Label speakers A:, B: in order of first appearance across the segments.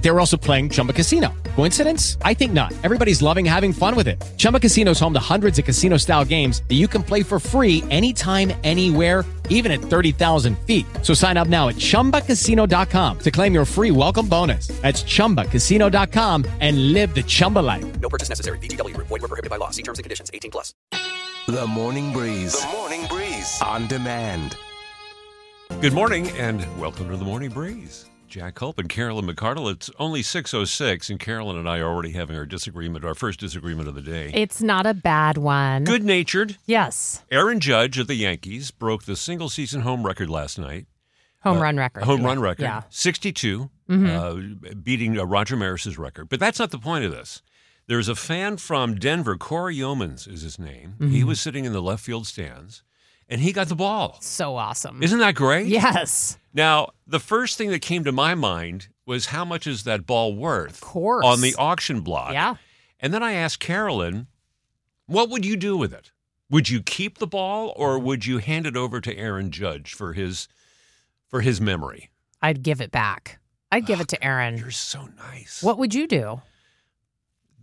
A: They were also playing Chumba Casino. Coincidence? I think not. Everybody's loving having fun with it. Chumba Casino is home to hundreds of casino style games that you can play for free anytime, anywhere even at 30,000 feet. So sign up now at ChumbaCasino.com to claim your free welcome bonus. That's ChumbaCasino.com and live the Chumba life.
B: No purchase necessary. BGW. Void were prohibited by law. See terms and conditions. 18 plus.
C: The Morning Breeze.
D: The Morning Breeze.
C: On demand.
E: Good morning and welcome to the Morning Breeze. Jack Culp and Carolyn McCardle. It's only 6.06 and Carolyn and I are already having our disagreement, our first disagreement of the day.
F: It's not a bad one.
E: Good-natured
F: Yes.
E: Aaron Judge of the Yankees broke the single-season home record last night.
F: Home
E: Uh,
F: run record.
E: Home
F: Yeah.
E: run record.
F: Yeah. Mm-hmm.
E: 62, uh, beating uh, Roger Maris's record. But that's not the point of this. There's a fan from Denver, Corey Yeomans is his name.
F: Mm-hmm.
E: He was sitting in the left field stands, and he got the ball.
F: So awesome.
E: Isn't that great?
F: Yes.
E: Now, the first thing that came to my mind was how much is that ball worth? Of
F: course.
E: On the auction block.
F: Yeah.
E: And then I asked Carolyn, what would you do with it? Would you keep the ball or would you hand it over to Aaron Judge for his for his memory?
F: I'd give it back. I'd give it to
E: Ah, You're
F: Aaron.
E: so nice.
F: What would you do?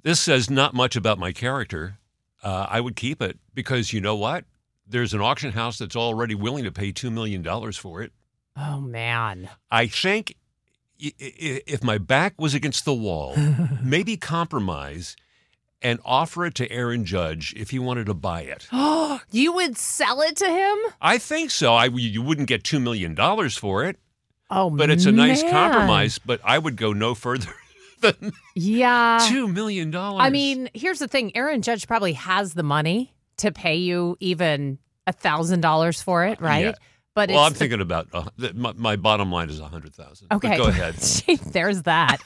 E: This says not much about my character. Uh, I would keep it because you know what? There's an auction house that's already willing to pay $2 million for it.
F: Oh man.
E: I think i- i- if my back was against the wall, maybe compromise and offer it to Aaron Judge if he wanted to buy it.
F: You would sell it to him?
E: I think so. I you wouldn't get two million dollars for it,
F: Oh
E: but it's a nice
F: man.
E: compromise. But I would go no further than
F: Yeah.
E: two million dollars.
F: Uh, I mean, here's the thing. Aaron Judge probably has the money to pay you even a thousand dollars for it, right?
E: Yeah.
F: But
E: well, I'm
F: it's the-
E: thinking about uh, th- my, my bottom line is a hundred thousand.
F: Okay.
E: go ahead.
F: Gee, There's that.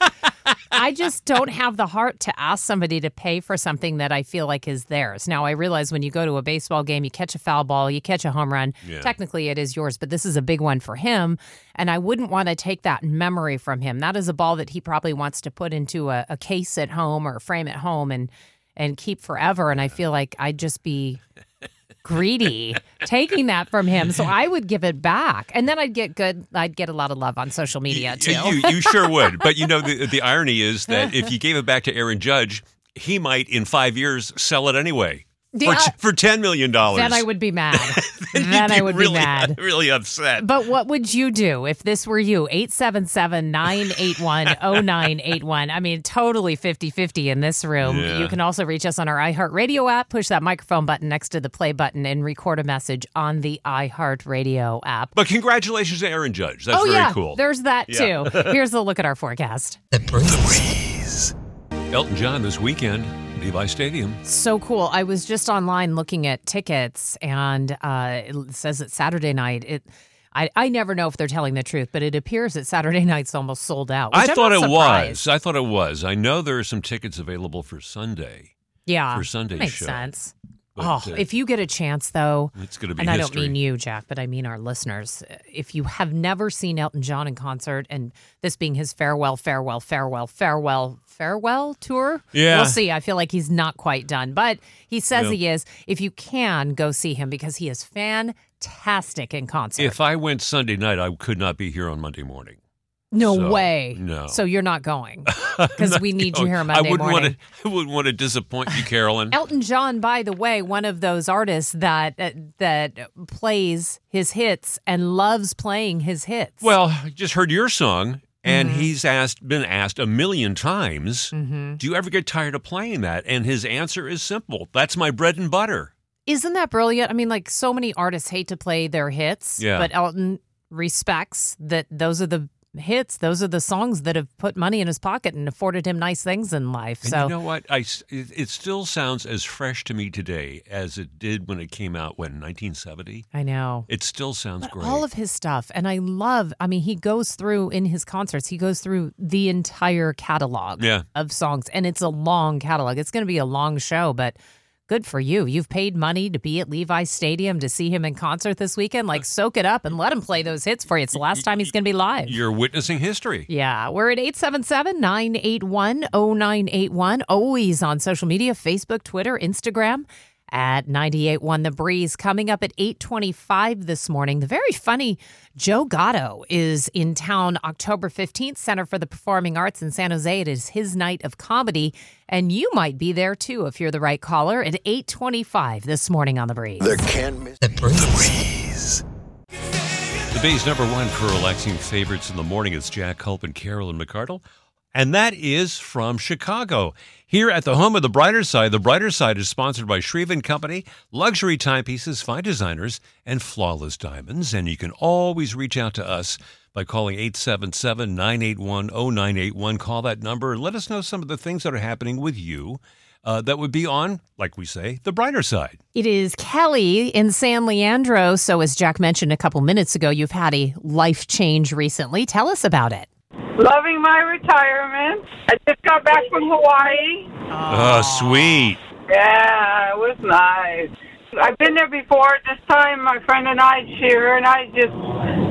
F: I just don't have the heart to ask somebody to pay for something that I feel like is theirs. Now, I realize when you go to a baseball game, you catch a foul ball, you catch a home run.
E: Yeah.
F: Technically, it is yours, but this is a big one for him. And I wouldn't want to take that memory from him. That is a ball that he probably wants to put into a, a case at home or a frame at home and, and keep forever. And I feel like I'd just be greedy taking that from him. So I would give it back. And then I'd get good, I'd get a lot of love on social media too.
E: You- You, you sure would. But you know, the, the irony is that if you gave it back to Aaron Judge, he might in five years sell it anyway for,
F: Yeah.
E: t- for $10 million.
F: Uh, Then I would be mad. then I would
E: really,
F: be mad.
E: Really upset.
F: But what would you do if this were you? 877 981 0981. I mean, totally 50 50 in this room.
E: Yeah.
F: You can also reach us on our iHeartRadio app. Push that microphone button next to the play button and record a message on the iHeartRadio app.
E: But congratulations to Aaron Judge. That's
F: oh,
E: very
F: yeah.
E: cool.
F: There's that
E: Yeah.
F: too. Here's a look at our forecast.
E: Elton John this weekend, Levi Stadium.
F: So cool. I was just online looking at tickets and uh, it says it's Saturday night. It I, I never know if they're telling the truth, but it appears that Saturday night's almost sold out.
E: I
F: which I'm
E: thought it
F: not
E: was.
F: surprised.
E: I thought it was. I know there are some tickets available for Sunday.
F: Yeah.
E: for Sunday's
F: Makes
E: show.
F: sense.
E: But,
F: oh,
E: uh,
F: if you get a chance though,
E: It's going to be
F: and I don't
E: history.
F: mean you, Jack, but I mean our listeners. If you have never seen Elton John in concert and this being his farewell, farewell, farewell, farewell, farewell tour,
E: Yeah.
F: we'll see. I feel like he's not quite done, but he says
E: No.
F: he is. If you can, go see him because he is fantastic in concert.
E: If I went Sunday night, I could not be here on Monday morning.
F: no
E: so,
F: way.
E: no.
F: So you're not going because we need you here
E: Oh,
F: Monday
E: I wouldn't
F: morning.
E: want to. I wouldn't want to disappoint you, Carolyn.
F: Elton John, by the way, one of those artists that that plays his hits and loves playing his hits.
E: Well, I just heard your song, and
F: Mm-hmm.
E: he's asked, been asked a million times, "Do you ever get tired of playing that?" And his answer is simple: "That's my bread and butter."
F: Isn't that brilliant? I mean, like so many artists hate to play their hits,
E: Yeah.
F: but Elton respects that those are the hits, those are the songs that have put money in his pocket and afforded him nice things in life.
E: And
F: so
E: you know what? I s- it, it still sounds as fresh to me today as it did when it came out. When 1970,
F: I know.
E: it still sounds
F: But
E: great.
F: all of his stuff and I love I mean he goes through in his concerts he goes through the entire catalog
E: Yeah.
F: of songs and it's a long catalog it's going to be a long show but good for you you've paid money to be at Levi Stadium to see him in concert this weekend
E: Uh,
F: like soak it up and let him play those hits for you it's the last time he's going to be live
E: You're witnessing history.
F: yeah, we're at 877 oh 981 0981. Always on social media Facebook, Twitter, Instagram at 98.1 The Breeze. Coming up at 8.25 this morning, the very funny Joe Gatto is in town October 15th, Center for the Performing Arts in San Jose. It is his night of comedy, and you might be there too if you're the right caller at 8.25 this morning on The Breeze.
E: The Bay's number one for relaxing favorites in the morning is Jack Culp and Carolyn McCardle. And that is from Chicago. Here at the home of the Brighter Side, the Brighter Side is sponsored by Shreve & Company, luxury timepieces, fine designers, and flawless diamonds. And you can always reach out to us by calling 877 981 0981. Call that number and let us know some of the things that are happening with you uh, that would be on, like we say, the Brighter Side.
F: It is Kelly in San Leandro. So, as Jack mentioned a couple minutes ago, you've had a life change recently. Tell us about it.
D: Loving my retirement. I just got back from Hawaii.
E: Oh, sweet.
D: Yeah, it was nice. I've been there before. This time, my friend and I, Sheer, and I just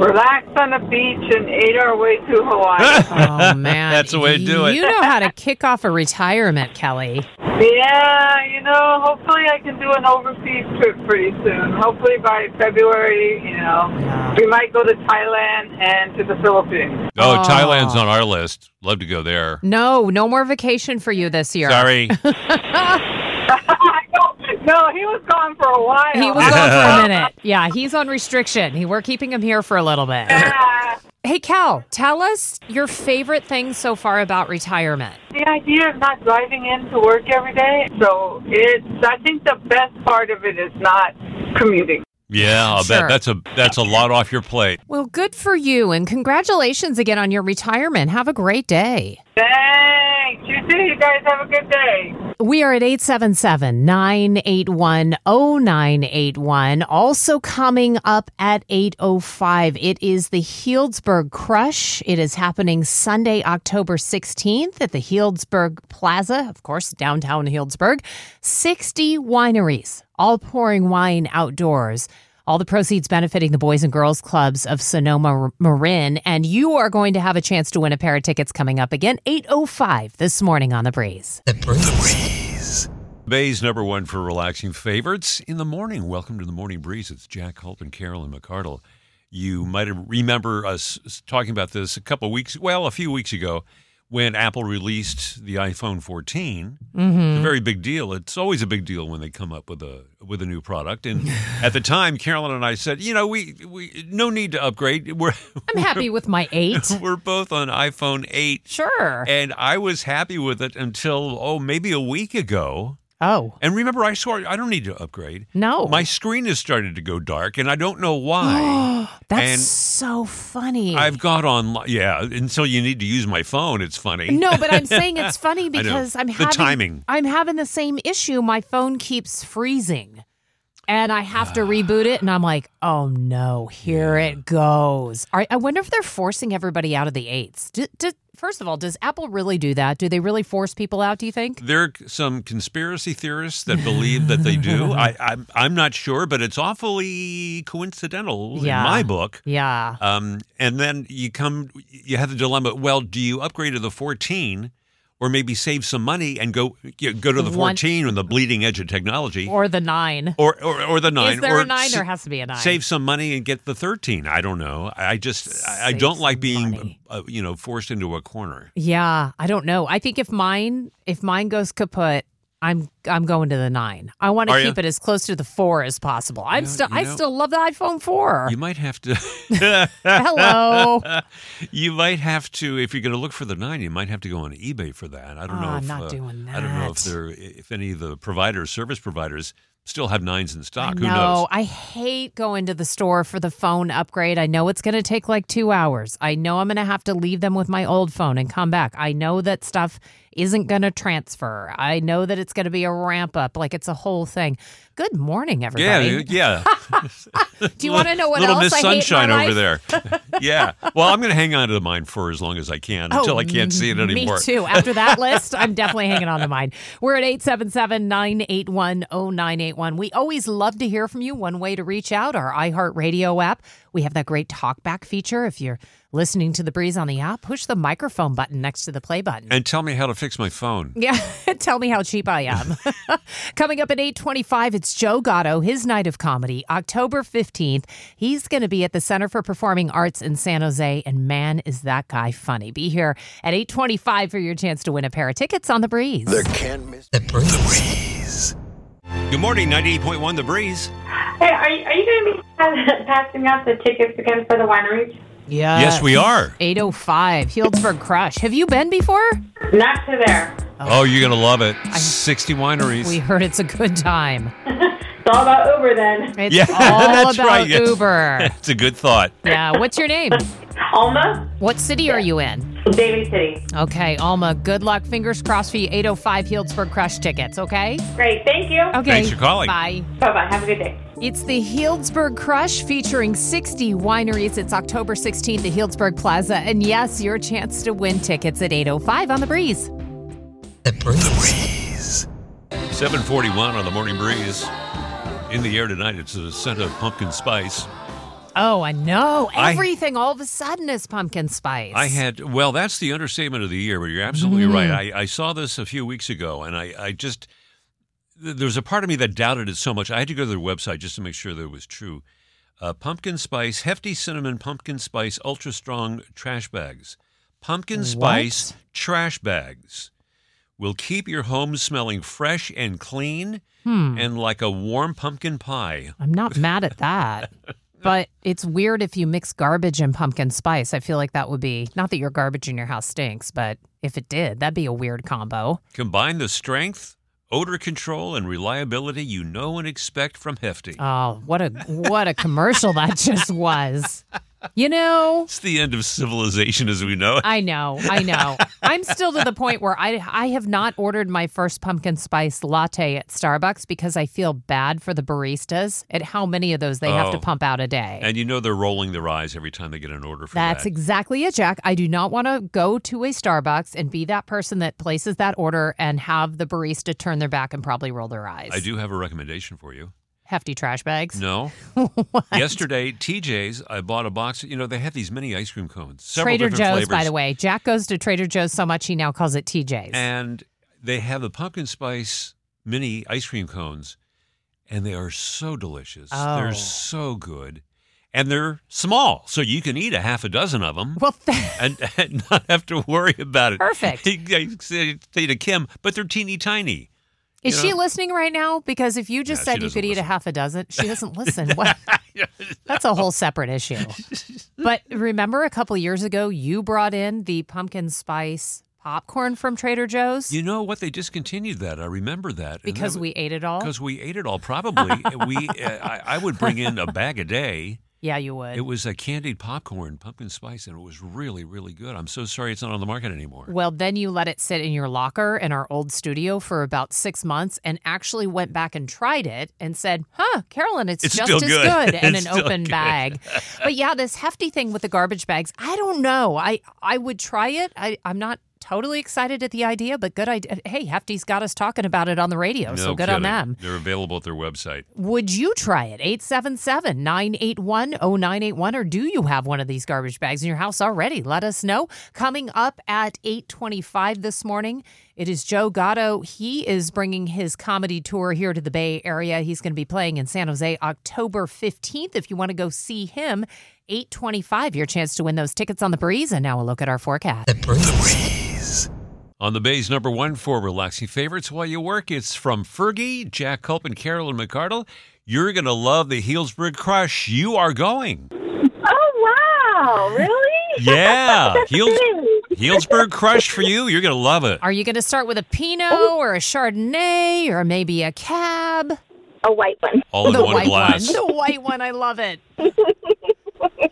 D: relaxed on the beach and ate our way to Hawaii.
F: Oh, man.
E: That's the way to do it.
F: You know how to kick off a retirement, Kelly.
D: yeah, you know, hopefully I can do an overseas trip pretty soon. Hopefully by February, you know, we might go to Thailand and to the Philippines.
E: Oh,
F: Oh.
E: Thailand's on our list. Love to go there.
F: No, no more vacation for you this year.
E: Sorry.
D: I don't- no, he was gone for a while.
F: He was gone for a minute. Yeah, he's on restriction. He, we're keeping him here for a little bit.
D: Yeah.
F: Hey, Cal, tell us your favorite thing so far about retirement.
D: the idea of not driving in to work every day. So it's I think the best part of it is not commuting.
E: yeah, I'll
F: Sure.
E: bet that's a that's a lot off your plate.
F: Well, good for you, and congratulations again on your retirement. Have a great day.
D: Thanks. You too. You guys have a good day.
F: We are at 877 981 0981. Also coming up at 805, it is the Healdsburg Crush. It is happening Sunday, October 16th at the Healdsburg Plaza, of course, downtown Healdsburg. 60 wineries, all pouring wine outdoors. All the proceeds benefiting the Boys and Girls Clubs of Sonoma Marin. And you are going to have a chance to win a pair of tickets coming up again, 8.05 this morning on The Breeze.
E: Bay's number one for relaxing favorites in the morning. Welcome to the morning breeze. It's Jack Holt and Carolyn McCardle. You might have- remember us s- talking about this a couple weeks, well, a few weeks ago, when Apple released the iPhone 14. It's a very big deal. It's always a big deal when they come up with a with a new product. And at the time, Carolyn and I said, you know, we, we no need to upgrade. We're
F: I'm happy with my eight.
E: we're both on iPhone 8.
F: sure.
E: And I was happy with it until, oh, maybe a week ago.
F: Oh,
E: And remember, I swore I don't need to upgrade.
F: no.
E: My screen has started to go dark, and I don't know why.
F: That's
E: and
F: so funny.
E: I've got on, yeah, until you need to use my phone, it's funny.
F: no, but I'm saying it's funny
E: know.
F: because I'm
E: The
F: having
E: timing.
F: I'm having the same issue. My phone keeps freezing. And I have to reboot it, and I'm like, oh no, here it goes. I, I wonder if they're forcing everybody out of the eights. Do, do, first of all, does Apple really do that? Do they really force people out? Do you think?
E: There are some conspiracy theorists that believe that they do. I, I'm, I'm not sure, but it's awfully coincidental
F: Yeah.
E: in my book.
F: Yeah.
E: Um, and then you come, you have the dilemma. Well, do you upgrade to the 14, or maybe save some money and go you know, go to the
F: One-
E: 14 on the bleeding edge of technology, or
F: Or the nine.
E: or or, the nine,
F: Is there
E: or
F: a nine?
E: s-
F: There has to be a nine.
E: save some money and get the 13? I don't know. I I just I I don't
F: Save
E: like
F: some
E: being
F: money.
E: uh, you know forced into a corner.
F: Yeah, I don't know. I think if mine if mine goes kaput, I'm I'm going to the nine. I want to
E: Are ya?
F: keep it as close to the four as possible. I'm
E: know-
F: still
E: you
F: I
E: know-
F: still love the iPhone four.
E: You might have to.
F: Hello.
E: you might have to if you're going to look for the nine. You might have to go on eBay for that. I don't know.
F: Ah,
E: if,
F: not
E: uh,
F: doing
E: I don't know if
F: that.
E: there if any of the providers, service providers, still have nines in stock. Ah, Who knows?
F: no, I hate going to the store for the phone upgrade. I know it's going to take like two hours. I know I'm going to have to leave them with my old phone and come back. I know that stuff isn't going to transfer. I know that it's going to be a ramp up. Like it's a whole thing. Good morning, everybody.
E: Yeah, yeah.
F: Do you want to know what
E: Little
F: else
E: Miss
F: I hate in
E: Sunshine
F: my
E: over
F: life?
E: there. yeah. Well, I'm going to hang on to the mine for as long as I can until I can't see it anymore.
F: Oh, Me too. After that list, I'm definitely hanging on to mine. We're at 877 981 0981. 1081. We always love to hear from you. One way to reach out, our iHeartRadio app. We have that great talk back feature. If you're listening to The Breeze on the app, push the microphone button next to the play button.
E: And tell me how to fix my phone.
F: Yeah, tell me how cheap I am. Coming up at 8:25, it's Joe Gatto, his night of comedy, October 15th. He's going to be at the Center for Performing Arts in San Jose, and man is that guy funny. Be here at 8:25 for your chance to win a pair of tickets on the breeze.
C: Can't miss.
E: Good morning, 98.1 The Breeze.
G: Hey, are, you- are you going to be passing out the tickets again for the wineries?
F: Yeah.
E: Yes, we are.
F: 805 Healdsburg Crush. Have you been before?
G: Not to there.
E: Oh, you're going to love it. 60 wineries.
F: We heard it's a good time.
G: It's all about Uber then.
F: It's
E: yeah,
F: all
E: that's
F: about
E: right. Yes.
F: Uber.
E: It's a good thought.
F: yeah, what's your name?
G: Alma,
F: What city are you in?
G: Daly City.
F: Okay, Alma, good luck. Fingers crossed for you. 805 Healdsburg Crush tickets, okay?
G: Great. Thank you.
F: Okay.
E: Thanks for calling.
F: Bye.
G: Bye bye. Have a good day.
F: It's the Healdsburg Crush featuring 60 wineries. It's October 16th at Healdsburg Plaza. And yes, your chance to win tickets at 805 on the breeze.
E: 741 on the Morning Breeze. In the air tonight, it's the scent of pumpkin spice.
F: Oh, I know.
E: I-
F: Everything all of a sudden is pumpkin spice.
E: I had, well, that's the understatement of the year, but you're absolutely right. I, I saw this a few weeks ago, and I, I just, th- there was a part of me that doubted it so much. I had to go to their website just to make sure that it was true. Uh, pumpkin spice, hefty cinnamon, pumpkin spice, ultra strong trash bags. Pumpkin spice trash bags will keep your home smelling fresh and clean and like a warm pumpkin pie.
F: I'm not mad at that. But it's weird if you mix garbage and pumpkin spice. I feel like that would be not that your garbage in your house stinks, but if it did, that'd be a weird combo.
E: Combine the strength, odor control, and reliability you know and expect from Hefty.
F: Oh, what a what a commercial that just was. You know,
E: It's the end of civilization as we know it.
F: I know, I know. I'm still to the point where I I have not ordered my first pumpkin spice latte at Starbucks because I feel bad for the baristas at how many of those they have to
E: Oh.
F: pump out a day.
E: And you know they're rolling their eyes every time they get an order for
F: That's
E: that.
F: exactly it, Jack. I do not want to go to a Starbucks and be that person that places that order and have the barista turn their back and probably roll their eyes.
E: I do have a recommendation for you.
F: Hefty trash bags.
E: No. Yesterday, TJ's, I bought a box. You know, they had these mini ice cream cones. Several
F: Trader Joe's,
E: different flavors.
F: by the way. Jack goes to Trader Joe's so much he now calls it TJ's.
E: And they have the pumpkin spice mini ice cream cones, and they are so delicious.
F: Oh.
E: They're so good. And they're small, so you can eat a half a dozen of them.
F: well, th-
E: and, and not have to worry about it.
F: Perfect.
E: I say say to Kim, but they're teeny tiny.
F: is
E: You
F: she
E: know-
F: listening right now? Because if you
E: No, she
F: just said you
E: doesn't
F: could eat a
E: listen.
F: half a dozen, she doesn't listen. What? That's a whole separate issue. But remember a couple years ago, you brought in the pumpkin spice popcorn from Trader Joe's
E: You know what? They discontinued that. I remember that
F: because we ate it all?
E: because we ate it all. Probably we. Uh, I, I would bring in a bag a day.
F: Yeah, you would.
E: It was a candied popcorn, pumpkin spice, and it was really, really good. I'm so sorry it's not on the market anymore.
F: Well, then you let it sit in your locker in our old studio for about six months and actually went back and tried it and said, huh, Carolyn, it's,
E: It's
F: just
E: still
F: as
E: good.
F: good in
E: It's
F: an
E: still
F: open
E: good.
F: bag. but yeah, this hefty thing with the garbage bags, I don't know. I, I would try it. I, I'm not totally excited at the idea, but good idea. Hey, Hefty's got us talking about it on the radio, so
E: No
F: good on
E: kidding.
F: them.
E: They're available at their website.
F: Would you try it? 877 981 0981. Or do you have oh one of these garbage bags in your house already? Let us know. Coming up at 825 this morning, it is Joe Gatto. He is bringing his comedy tour here to the Bay Area. He's going to be playing in San Jose October 15th. If you want to go see him, 825, your chance to win those tickets on the breeze. And now a look at our forecast.
E: On the Bay's number one for relaxing favorites while you work, it's from Fergie, Jack Culp, and Carolyn McCardle. You're going to love the Healdsburg Crush. You are going.
G: Oh, wow. Really?
E: Yeah. Heels,
G: great.
E: Healdsburg Crush for you. You're going to love it.
F: Are you going to start with a Pinot or a Chardonnay or maybe a Cab?
G: A white one.
E: All in one
F: white
E: glass.
F: one. The white one. I love it.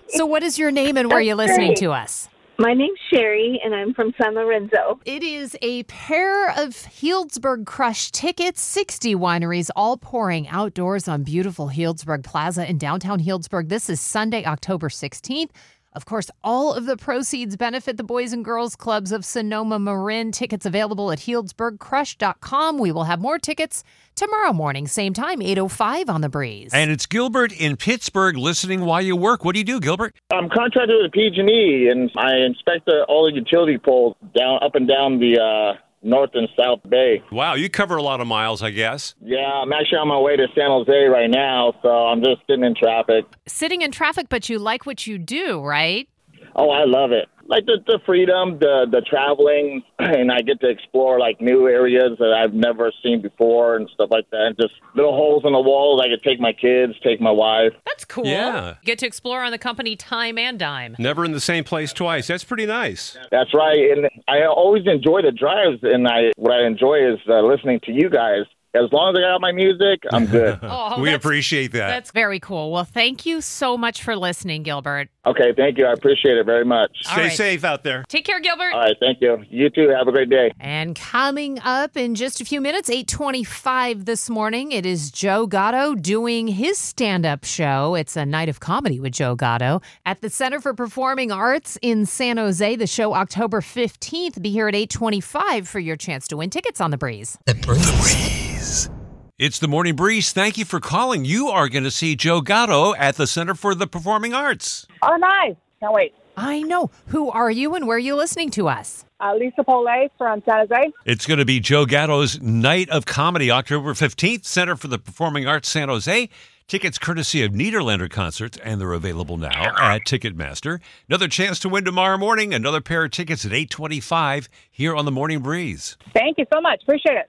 F: so, what is your name and where are you listening to us?
G: My name's Sherry, and I'm from San Lorenzo.
F: It is a pair of Healdsburg Crush tickets, 60 wineries, all pouring outdoors on beautiful Healdsburg Plaza in downtown Healdsburg. This is Sunday, October 16th. Of course, all of the proceeds benefit the Boys and Girls Clubs of Sonoma Marin. Tickets available at HealdsburgCrush.com. We will have more tickets tomorrow morning, same time, 8.05 on The Breeze.
E: And it's Gilbert in Pittsburgh listening while you work. What do you do, Gilbert?
D: I'm contracted with PG&E, and I inspect the, all the utility poles down, up and down the uh, north and south bay.
E: Wow, you cover a lot of miles, I guess.
D: Yeah, I'm actually on my way to San Jose right now, so I'm just sitting in traffic.
F: Sitting in traffic, but you like what you do, right?
D: Oh, I love it. Like the, the freedom, the the traveling, and I get to explore like new areas that I've never seen before and stuff like that. And just little holes in the walls. I could take my kids, take my wife.
F: That's cool.
E: Yeah.
F: Get to explore on the company time and dime.
E: Never in the same place twice. That's pretty nice.
D: That's right. And I always enjoy the drives, and I what I enjoy is uh, listening to you guys. As long as I got my music, I'm good.
F: Oh,
E: we
F: that's-
E: appreciate that.
F: That's very cool. Well, thank you so much for listening, Gilbert.
D: okay, thank you. I appreciate it very much.
E: Stay
F: All right.
E: safe out there.
F: Take care, Gilbert.
D: All right, thank you. You too. Have a great day.
F: And coming up in just a few minutes, 8:25 this morning, it is Joe Gatto doing his stand-up show. It's a night of comedy with Joe Gatto at the Center for Performing Arts in San Jose. The show October 15th. Be here at 8:25 for your chance to win tickets on the breeze.
E: It's the Morning Breeze. Thank you for calling. You are going to see Joe Gatto at the Center for the Performing Arts.
G: Oh, nice. Can't wait.
F: I know. Who are you and where are you listening to us?
G: Uh, Lisa Pole from San Jose.
E: It's going to be Joe Gatto's Night of Comedy, October 15th, Center for the Performing Arts, San Jose. Tickets courtesy of Niederlander Concerts, and they're available now at Ticketmaster. Another chance to win tomorrow morning. Another pair of tickets at 825 here on the Morning Breeze.
G: Thank you so much. Appreciate it.